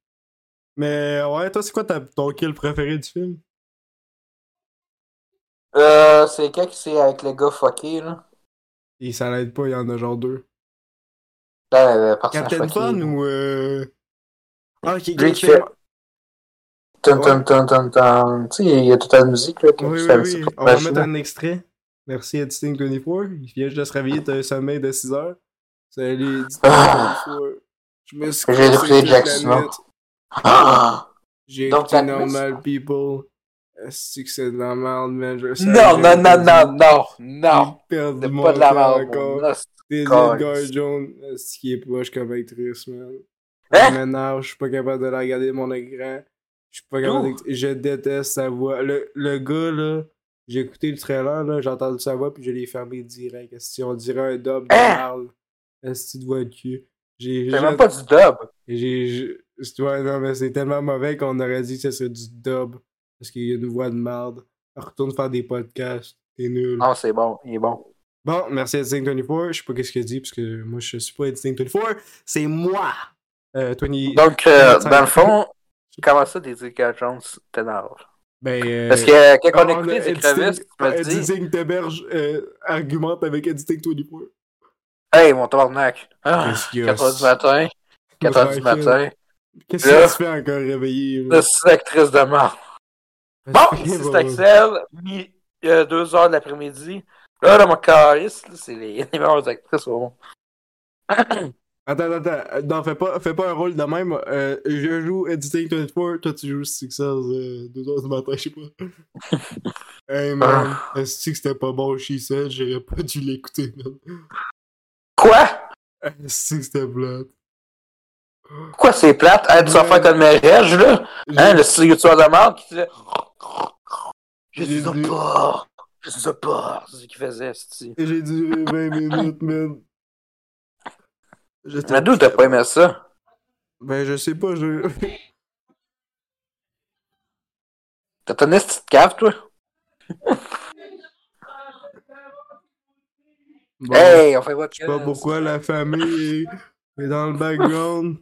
Mais ouais, toi, c'est quoi ta- ton kill préféré du film? Euh, c'est quand qui c'est avec le gars fucké, là? Il s'en aide pas, il y en a genre deux. Là, euh, personnage Captain fucké. Fun ou. Euh... Ah, qui Lui qui fait. Tum, tum, tum, tum, tum. Tu sais, il y a toute la musique, là. qui Ah Oui, oui, fait un petit oui. coup de On va machine. mettre un extrait. Merci à Distinct 24. Il vient juste de se réveiller d'un sommeil de 6 heures. Salut, Distinct Ah. 24. Je me suis J'ai cassé écouté toute Jack la Snow. nuit. Ah! J'ai Donc, écouté la Normal People. Est-ce que c'est de la merde, man? Je sais, Non, j'ai non, non, perdu- non, non, non! j'ai perdu C'est mon pas de la temps merde, encore. mon os. Des Colin. Edgar Jones, ce qui est proche comme actrice, man. Hein? Maintenant, je suis pas capable de la regarder mon écran. Je suis pas capable Ouh. d'écouter- Je déteste sa voix. Le, le gars, là, j'ai écouté le trailer, là, j'ai entendu sa voix, puis je l'ai fermé direct. Si on dirait un dub de Hein? Marl. Est-ce que tu vois cul? J'ai C'est même juste- pas du dub. j'ai. je- c'est- ouais, non, mais c'est tellement mauvais qu'on aurait dit que ce serait du dub. Parce qu'il y a une voix de marde. Retourne faire des podcasts. T'es nul. Non, c'est bon, il est bon. Bon, merci à Distinct 24. Je sais pas qu'est-ce qu'il dit, parce que moi, je suis pas Distinct 24. C'est moi! Euh, 20... Donc, euh, 25. dans le fond, comment ça, Dédica Jones t'énerve? Ben, euh, Parce que euh, quand on ah, écoutait le ces crevisses, editing- tu me dis, Editing Teberge euh, argumente avec Editing 24. hey, mon tabarnak, ah, Qu'est-ce qu'il y a? 4 h du matin, 4 h du Tranquille. matin, Qu'est-ce que Là. tu fais encore réveillé? là? de actrice de mort. Bon, ici c'est Axel, mi- euh, 2 h de l'après-midi. Là, dans mon cariste, c'est les, les meilleures actrices au monde. Attends, attends, attends. Non, fais pas, fais pas un rôle de même. Euh, je joue Editing 24, toi tu joues Sixers euh, 2h du matin, je sais pas. hey man, est-ce que c'était pas bon chez ça? J'aurais pas dû l'écouter, man. Quoi? Est-ce que c'était plate? Pourquoi c'est plate? Elle doit faire comme mariage, là? Mm. Hein, le studio de mort qui faisait. Je J'ai suis un dû- porc! Je suis un porc! C'est ce qu'il faisait, cest J'ai duré 20 minutes, man. J'étais- Mais d'où t'as pas aimé ça? Ben, je sais pas, je. T'as ton esti de cave, toi? Bon, Hey, on fait votre Je sais pas pourquoi la famille est, est dans le background.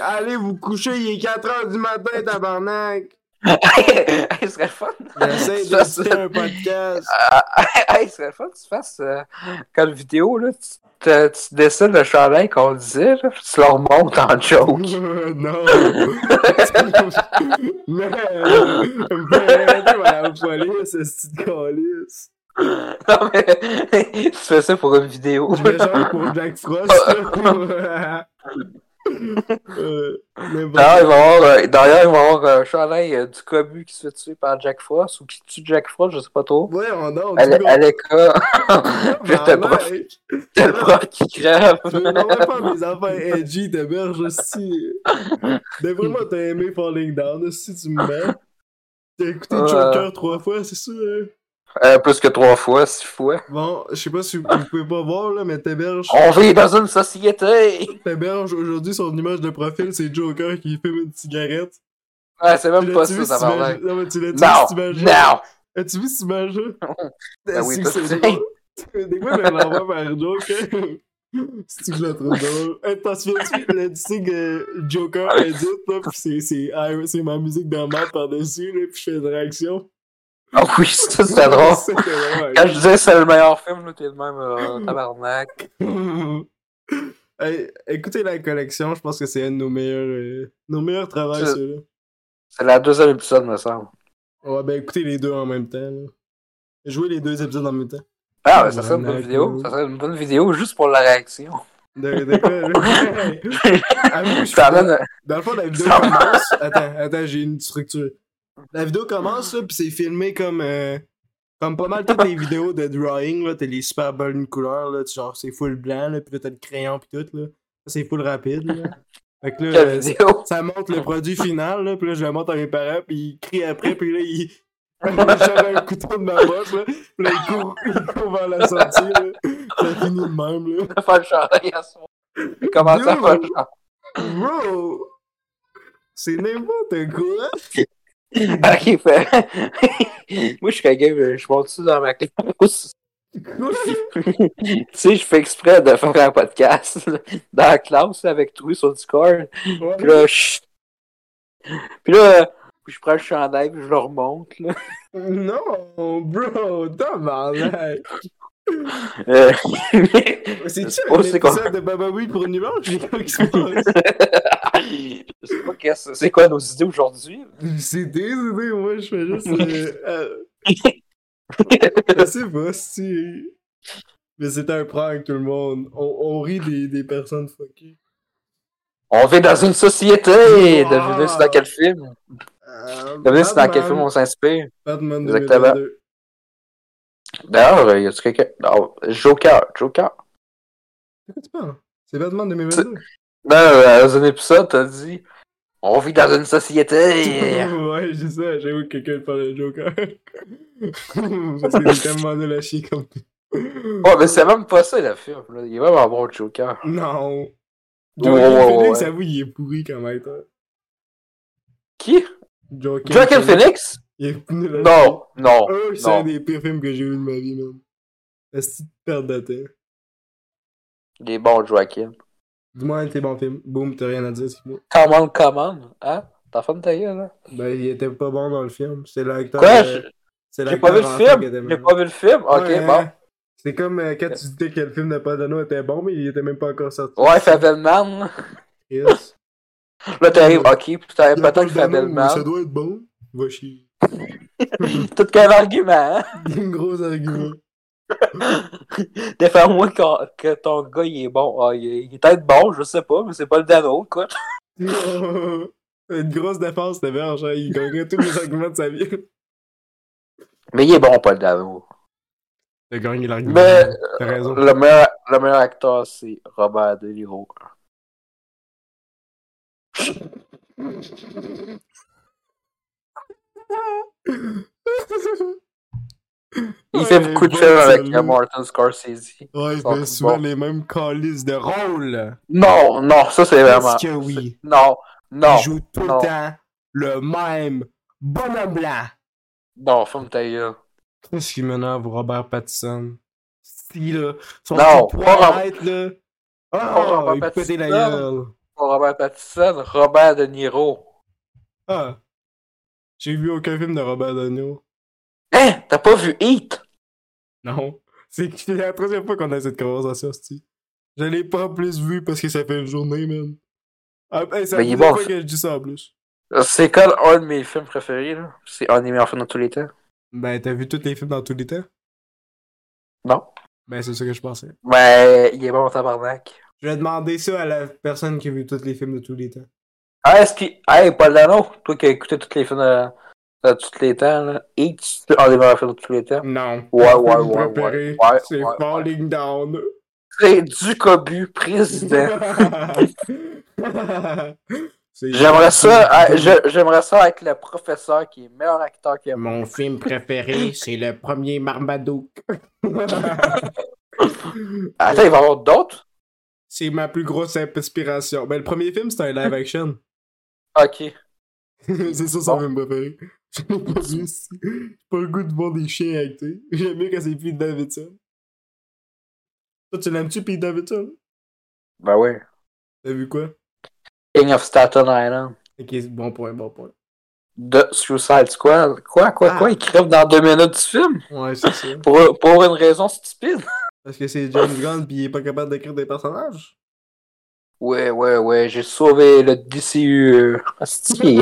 Allez vous coucher, il est 4h du matin, tabarnak! hey, ce serait le fun! J'essaie Tu fasses- d'éditer un podcast. Ah, hey, ce serait le fun que tu fasses euh, comme vidéo, là. Tu, te- tu dessines le chandail qu'on disait, là, puis tu le remontes en joke. Euh, non! Mais, mais arrêtez, on va à la police, ce petit calice! Non, mais tu fais ça pour une vidéo. Je mets genre pour Jack Frost, là. Euh, n'importe D'ailleurs, il va y avoir, euh, d'ailleurs, il va y avoir euh, un chandail euh, du cobu qui se fait tuer par Jack Frost ou qui tue Jack Frost, je sais pas trop. Ouais, on dort. À l'é- à l'école, je te prof, t'as le prof qui crève. hein. Tu veux vraiment pas mes affaires edgy, ta berge aussi. Mais vraiment, t'as aimé Falling Down, si tu me mets. T'as écouté Ouais. Joker trois fois, c'est ça, hein? Euh, plus que trois fois, six fois. Bon, je sais pas si vous, vous pouvez pas voir, là, mais Teberge, On vit dans une société! Teberge, aujourd'hui, son image de profil, c'est Joker qui fume une cigarette. Ouais, c'est Tu même pas l'as-tu vu ça, si ça va t'imagines- Non, mais tu l'as-tu vu Non! si t'imagines- Non! As-tu vu cette image-là? Ben oui, C'est tout que c'est de drôle. Des fois, je l'envoie par Joker. C'est que je la trouve drôle. Hey, T'en souviens-tu de la tu que euh, Ah Joker edit, là, pis c'est- c'est ah, c'est ma musique dans ma par-dessus, là, pis je fais une réaction. Ah oui, ça c'était drôle. C'était drôle. Quand je disais que c'est le meilleur film, là, t'es de même, euh, tabarnak. Hey, écoutez la collection, je pense que c'est un de nos meilleurs, euh, nos meilleurs travaux, C'est- ceux-là. C'est la deuxième épisode, me semble. Ouais, ben écoutez les deux en même temps, là. Jouez les deux épisodes en même temps. Ah, ben, ça serait une bonne Tabarnak, vidéo. oui. Ça serait une bonne vidéo juste pour la réaction. De, de quoi, là? Hey, avoue, je Je suis t'amène Dans le fond, la vidéo commence. Attends, attends, j'ai une structure. La vidéo commence, là, puis c'est filmé comme. euh, Comme pas mal toutes les vidéos de drawing, là. T'as les super bonnes couleurs, là. tu- Genre, c'est full blanc, là. Puis là, t'as le crayon, puis tout, là. Ça, C'est full rapide, là. Fait que là, quelle euh, vidéo. ça montre le produit final, là. Puis là, je le montre à mes parents, puis ils crient après, puis là, ils. J'avais un couteau de ma poche, là. Puis là, ils courent, ils courent vers la sortie, là. Ça finit de même, là. de faire le chandail à soi. Comment ça Yo. faire le chandail? Bro! C'est n'importe quoi! Ben, Ok, fait. Moi, je serais game, je monte ça dans ma classe. tu sais, je fais exprès de faire un podcast là, dans la classe là, avec Trouy sur Discord. Puis là, je... Puis là, euh, je prends le chandail, puis je le remonte. Là. Non, bro, tabarnak! Euh, C'est-tu Oh, un c'est quoi? épisode de Baba Booey pour Nulange? J'ai pas qui se passe. je sais pas qu'est-ce- c'est quoi nos idées aujourd'hui. C'est désolé, moi, je fais juste... euh, euh, je sais pas si... Mais c'était un prank, tout le monde. On, on rit des, des personnes fuckées. On vit dans une société! Wow. Devinez c'est dans quel film? Euh, Devinez c'est dans quel Batman- film on s'inspire? Batman Exactement. 2022. D'ailleurs, euh, y a-tu quelqu'un. Non, Joker, Joker. De quoi tu parles? C'est Batman 2022? Non, euh, dans un épisode, t'as dit On vit dans une société. ouais, j'ai ça, j'avoue que quelqu'un parle de Joker. Parce qu'il est tellement de la chier comme Ouais, mais c'est même pas ça le film. Là. Il est vraiment bon, le Joker. Non. Ouais, Joaquin ouais, ouais, Phoenix, ouais. avoue, il est pourri quand même. hein. Qui Joaquin, Joaquin Phoenix Il est nul à chier. Non, non. Euh, c'est non. un des pires films que j'ai vu de ma vie, même. La petite perte de temps. Il est bon, Joaquin. Dis-moi un de tes bons films. Boum, t'as rien à dire, c'est fini. Commande, commande. Hein? T'as faim de ta gueule, hein? Ben, il était pas bon dans le film. C'est l'acteur. Quoi? euh, c'est J'ai pas vu le l'acteur enfant qui était film? J'ai mal. pas vu le film? Ok, Ouais, bon. hein. C'est comme euh, quand tu disais que le film de Padano était bon, mais il était même pas encore sorti. Ouais, Fabelman. là. Yes. Là, t'arrives, ok, puis t'arrives Eh, peut-être que Fabelman. Ça doit être bon. Va chier. Tout qu'un argument, hein? Il y a un gros argument. Défends-moi que, que ton gars, il est bon. Ah, il, est- il est peut-être bon, je sais pas, mais c'est pas le Dano, quoi. Une grosse défense, c'était verge. hein. Il gagnait tous les arguments de sa vie. Mais il est bon, pas le Dano. T'as gagné l'argument. Mais- euh, T'as raison. Le meilleur, le meilleur acteur, c'est Robert De Niro. Il Ouais, fait beaucoup de bon, films avec celui-là. euh, Martin Scorsese. Ouais, il Ah, Bon, fait souvent bon. les mêmes calices de rôle. Non, non, ça c'est vraiment. Parce que oui. Non, non, Il joue tout non. le temps le même bonhomme blanc. non, ferme ta gueule. Qu'est-ce qui m'énerve, Robert Pattinson? Si, là. Son Non, petit pas Robert- poitrette, là. Pas Ah, Robert il peut péter la Pattinson. gueule. Pas Robert Pattinson, Robert De Niro. Ah. J'ai vu aucun film de Robert De Niro. Hein, t'as pas vu Heat? Non. C'est que c'est la troisième fois qu'on a cette conversation, c'ti. Je l'ai pas plus vu parce que ça fait une journée, man. Ah, hey, c'est la Mais il est deuxième bon, fois ça. que je dis ça en plus. C'est comme un de mes films préférés, là. C'est un des meilleurs films de tous les temps. Ben, t'as vu tous les films dans tous les temps? Non. Ben, c'est ça que je pensais. Mais il est bon en tabarnak. Je vais demander ça à la personne qui a vu tous les films de tous les temps. Ah, est-ce qu'il. Hey, Paul Dano, toi qui as écouté tous les films de, de tous les temps, là. Heat, c'est un des meilleurs films de tous les temps. Non. Ouais, ouais, Film ouais, préféré, ouais, ouais, C'est ouais, Falling Down. C'est Ducobu, président. C'est- J'aimerais ça, euh, je- j'aimerais ça être le professeur qui est meilleur acteur que moi. Mon film préféré, c'est le premier Marmaduke. Attends, il va y avoir d'autres? c'est ma plus grosse inspiration. Ben, le premier film, c'était un live action. Ok. c'est ça son Bon. film préféré. Je l'ai pas vu. si- J'ai pas le goût de voir des chiens actés. J'aime mieux quand c'est Pete Davidson. Toi, tu l'aimes-tu, Pete Davidson? Ben oui. T'as vu quoi? King of Staten Island. Ok, c'est bon point, bon point. De Suicide Squad. Quoi, quoi, Ah. quoi? Il crève dans deux minutes du film? Ouais, c'est ça. Pour, pour une raison stupide? Parce que c'est James Gunn pis il est pas capable d'écrire des personnages. Ouais, ouais, ouais, j'ai sauvé le DCU. Asti.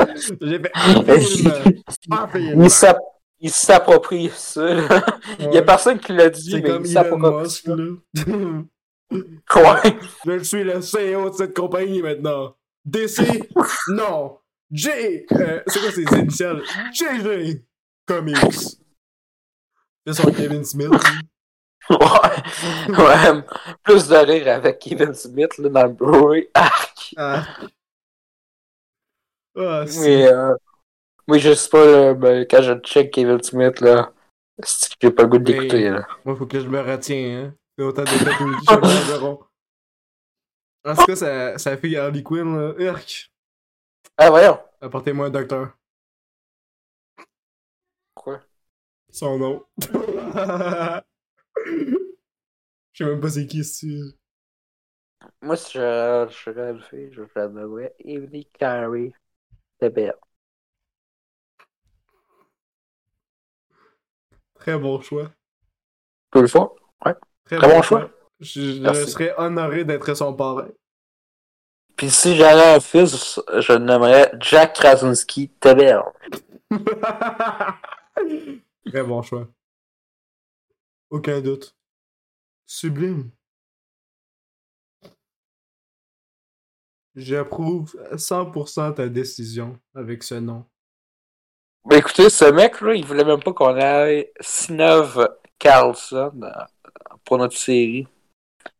J'ai fait un film. euh, Ah, Un film. il s'app- il s'approprie ça. là. Il y a euh, Ouais. personne qui l'a dit, C'est mais comme il Elon s'approprie. Musk, là. Quoi? Je suis le CEO de cette compagnie maintenant. DC, non. J, euh, c'est quoi ses initiales? JJ Comics. C'est son Kevin Smith. Ouais. Ouais. Plus de rire avec Kevin Smith là, dans le Brewery. Arc. Ah. Ah, c'est- Mais, euh, mais je sais pas, là, ben, quand je check Kevin Smith, là, c'est que j'ai pas le goût de l'écouter. Hey. là. Moi, faut que je me retiens, hein. C'est autant de temps que je me rond. En tout cas, sa, sa fille Harley Quinn, là, urk, Ah, voyons. apportez-moi un docteur. Quoi? Son nom. Je sais même pas c'est qui, c'est. Moi, si je, je serais une fille, je l'aimerais Emily Carey. C'est belle. Très bon choix. Tu le faire? Très bon choix. Je, je Merci. serais honoré d'être son parrain. Puis si j'avais un fils, je le nommerais Jack Krasinski Tebel. Très bon choix. Aucun doute. Sublime. J'approuve 100% ta décision avec ce nom. Ben écoutez, ce mec, là, il voulait même pas qu'on ait Sinov Carlson euh, pour notre série.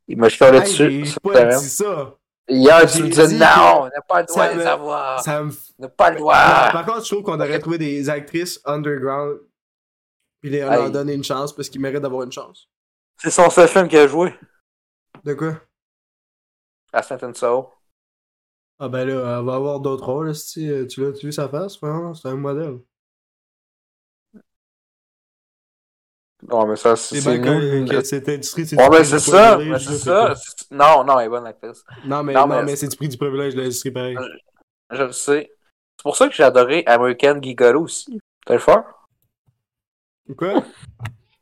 Il m'a jeté Hey, là-dessus. j'ai c'est pas terrible. dit ça. Hier, tu j'ai me disais, dit non, on n'a pas le droit ça de me- les avoir. Ça me f- On n'a pas le Non, droit. Par contre, je trouve qu'on devrait trouver des actrices underground puis les- leur Hey. donner une chance parce qu'ils méritent d'avoir une chance. C'est son seul film qu'il a joué De quoi? à Saint-Anne-Sao. Ah ben là, elle va avoir d'autres rôles, si euh, tu l'as tu as vu sa face, vraiment, c'est un modèle. Non, mais ça, c'est C'est c'est bien nous. que, là. que cette industrie, c'est Ouais, c'est ben c'est pas ça. réglé, ben je C'est sais ça. pas. C'est- l'actrice. Non, non, elle est bonne, l'actrice. Non, mais, Non, non, mais- mais, c'est du prix du privilège de l'industrie pareil. Euh, Je le sais. C'est pour ça que j'ai adoré American Gigolo aussi. T'as le fort? Euh, Quoi?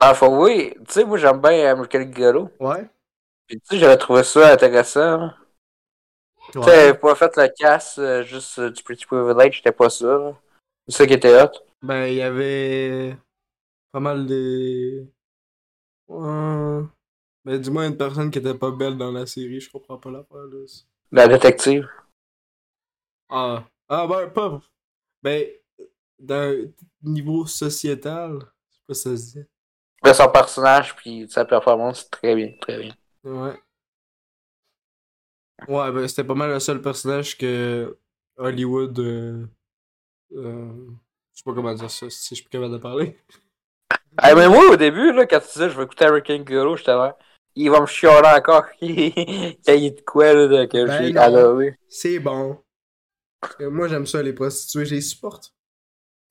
Dans le fond, oui. Tu sais, moi, j'aime bien American Gigolo. Ouais. Puis, tu sais, j'avais trouvé ça intéressant. là. Tu sais, j'avais pas fait le casse euh, juste euh, du Pretty Privilege, j'étais pas sûr. là. C'est ça qui était hot. Ben, il y avait pas mal de. Ouais. Ben, du moins, une personne qui était pas belle dans la série, je comprends pas l'affaire, là. La détective. Ah. Ah, ben, pas. Ben, d'un niveau sociétal, je sais pas si ça se dit. Ben, son personnage, puis sa performance, très bien, très bien. Ouais. Ouais, ben, c'était pas mal le seul personnage que Hollywood. euh, euh, Je sais pas comment dire ça, si je suis plus capable de parler. Hey, Eh, mais moi, au début, là, quand tu disais je vais écouter American Gigolo, j'étais là. Il va me chialer encore. Il y a de quoi, là, de- que Ben, j'ai non. adoré. C'est bon. Euh, Moi, j'aime ça, les prostituées, je les supporte.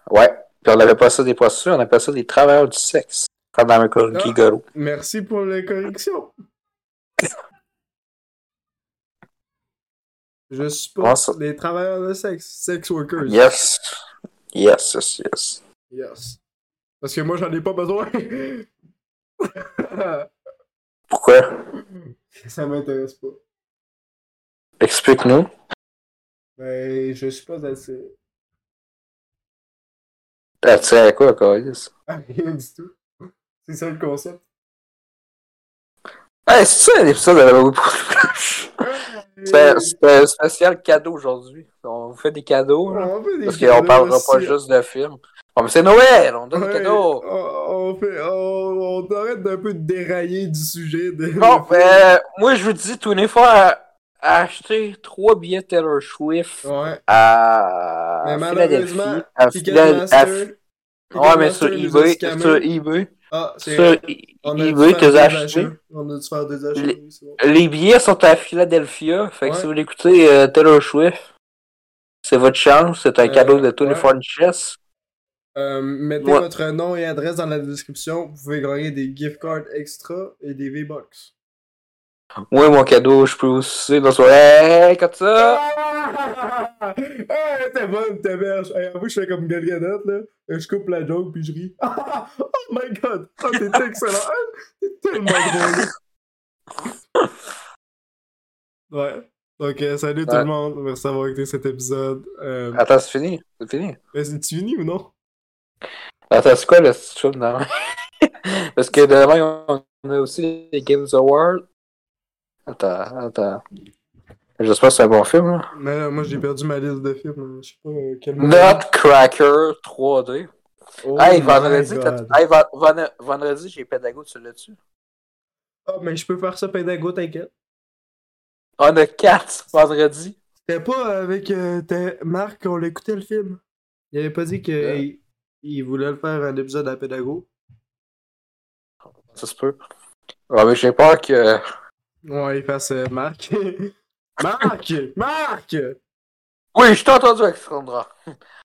Ouais. Puis on n'avait pas ça des prostituées, on appelait ça des travailleurs du sexe. Comme dans American Ah. Gigolo. Merci pour la correction. Je Ouais, supporte ça- les travailleurs de sexe, sex workers. Yes. Yes, yes, yes. Yes. Parce que moi, j'en ai pas besoin. Pourquoi? Ça m'intéresse pas. Explique-nous. Ben, je suis pas assez. T'as tiré à quoi, Carlis? Rien du tout. C'est ça le concept. Hey, c'est ça l'épisode de la Baboui pour le Flash? Euh, C'était c'était un spécial cadeau aujourd'hui. On vous fait des cadeaux, là, On fait des parce qu'on cadeaux parlera pas aussi. juste de films. Bon, mais c'est Noël, on donne Ouais, des cadeaux. On, on fait, on, on arrête d'un peu de dérailler du sujet. De... Bon, ben, moi je vous dis, tous les fois, à- à acheter trois billets Taylor Swift Ouais. à Mais Philadelphie. malheureusement, À Philadelphie. Ticketmaster. Ouais, mais sur Ticketmaster nous a eBay, scammé. sur eBay, Ah, c'est sur vrai. e- On a dû eBay, faire t'as deux acheté. achats. On a dû faire deux achats. Les- oui, c'est bon. Les billets sont à Philadelphia. Fait que Ouais. si vous voulez écouter euh, Taylor Swift, c'est votre chance. C'est un Euh, cadeau de Tony ouais. Frances. Euh, mettez Ouais. votre nom et adresse dans la description. Vous pouvez gagner des gift cards extra et des V-Bucks. Moi, mon cadeau, je peux vous sucer dans soirée. Hey, comme Euh. ça. Ah! Hey, t'es bonne, t'es berge. Hey, avoue, je fais comme Galgadot, là. Euh, Je coupe la joke puis je ris. Ah! oh my god! Oh, t'es excellent! Ah, T'es tellement drôle! Ouais. Donc, euh, salut tout Ouais. Ah. le monde. Merci d'avoir écouté cet épisode. Euh, Attends, c'est fini. C'est fini. est-ce que tu finis ou non? Attends, c'est quoi le petit film demain? Parce que demain, on a aussi les Games Awards. Attends, attends. J'espère que c'est un bon film, là. Mais là, moi, j'ai perdu ma liste de films. Je sais pas euh, quel Nutcracker 3D. Oh my hey, vendredi, t'as- God. hey, ven- ven- vendredi, j'ai Pédago, tu l'as-tu? Ah, mais je peux faire ça pédago, t'inquiète. Ah, On a 4 vendredi. C'était pas avec euh, t'es- Marc qu'on l'écoutait le film. Il avait pas dit que Ouais. il, il voulait le faire un épisode à pédago. Ça se peut. Ouais, mais j'ai peur que. Ouais, il fasse euh, Marc. Marc! Marc! Oui, je t'ai entendu, Alexandra.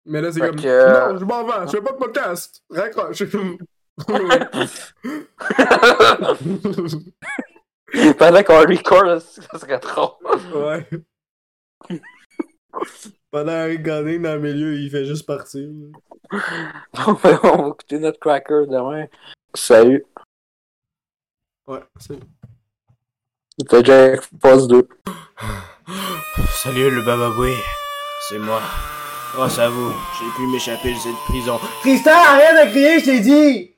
Mais là, c'est Fait comme. que, euh, Non, je m'en vais, je fais pas de podcast! Raccroche! Pendant qu'on record, ça serait trop. ouais. Pendant un gardien dans le milieu, il fait juste partir. là. on va écouter notre cracker demain. Salut. Ouais, c'est. C'était Jack Foss 2. Salut le bababoué, c'est moi. Grâce à vous, j'ai pu m'échapper de cette prison. Tristan, arrête de crier, je t'ai dit!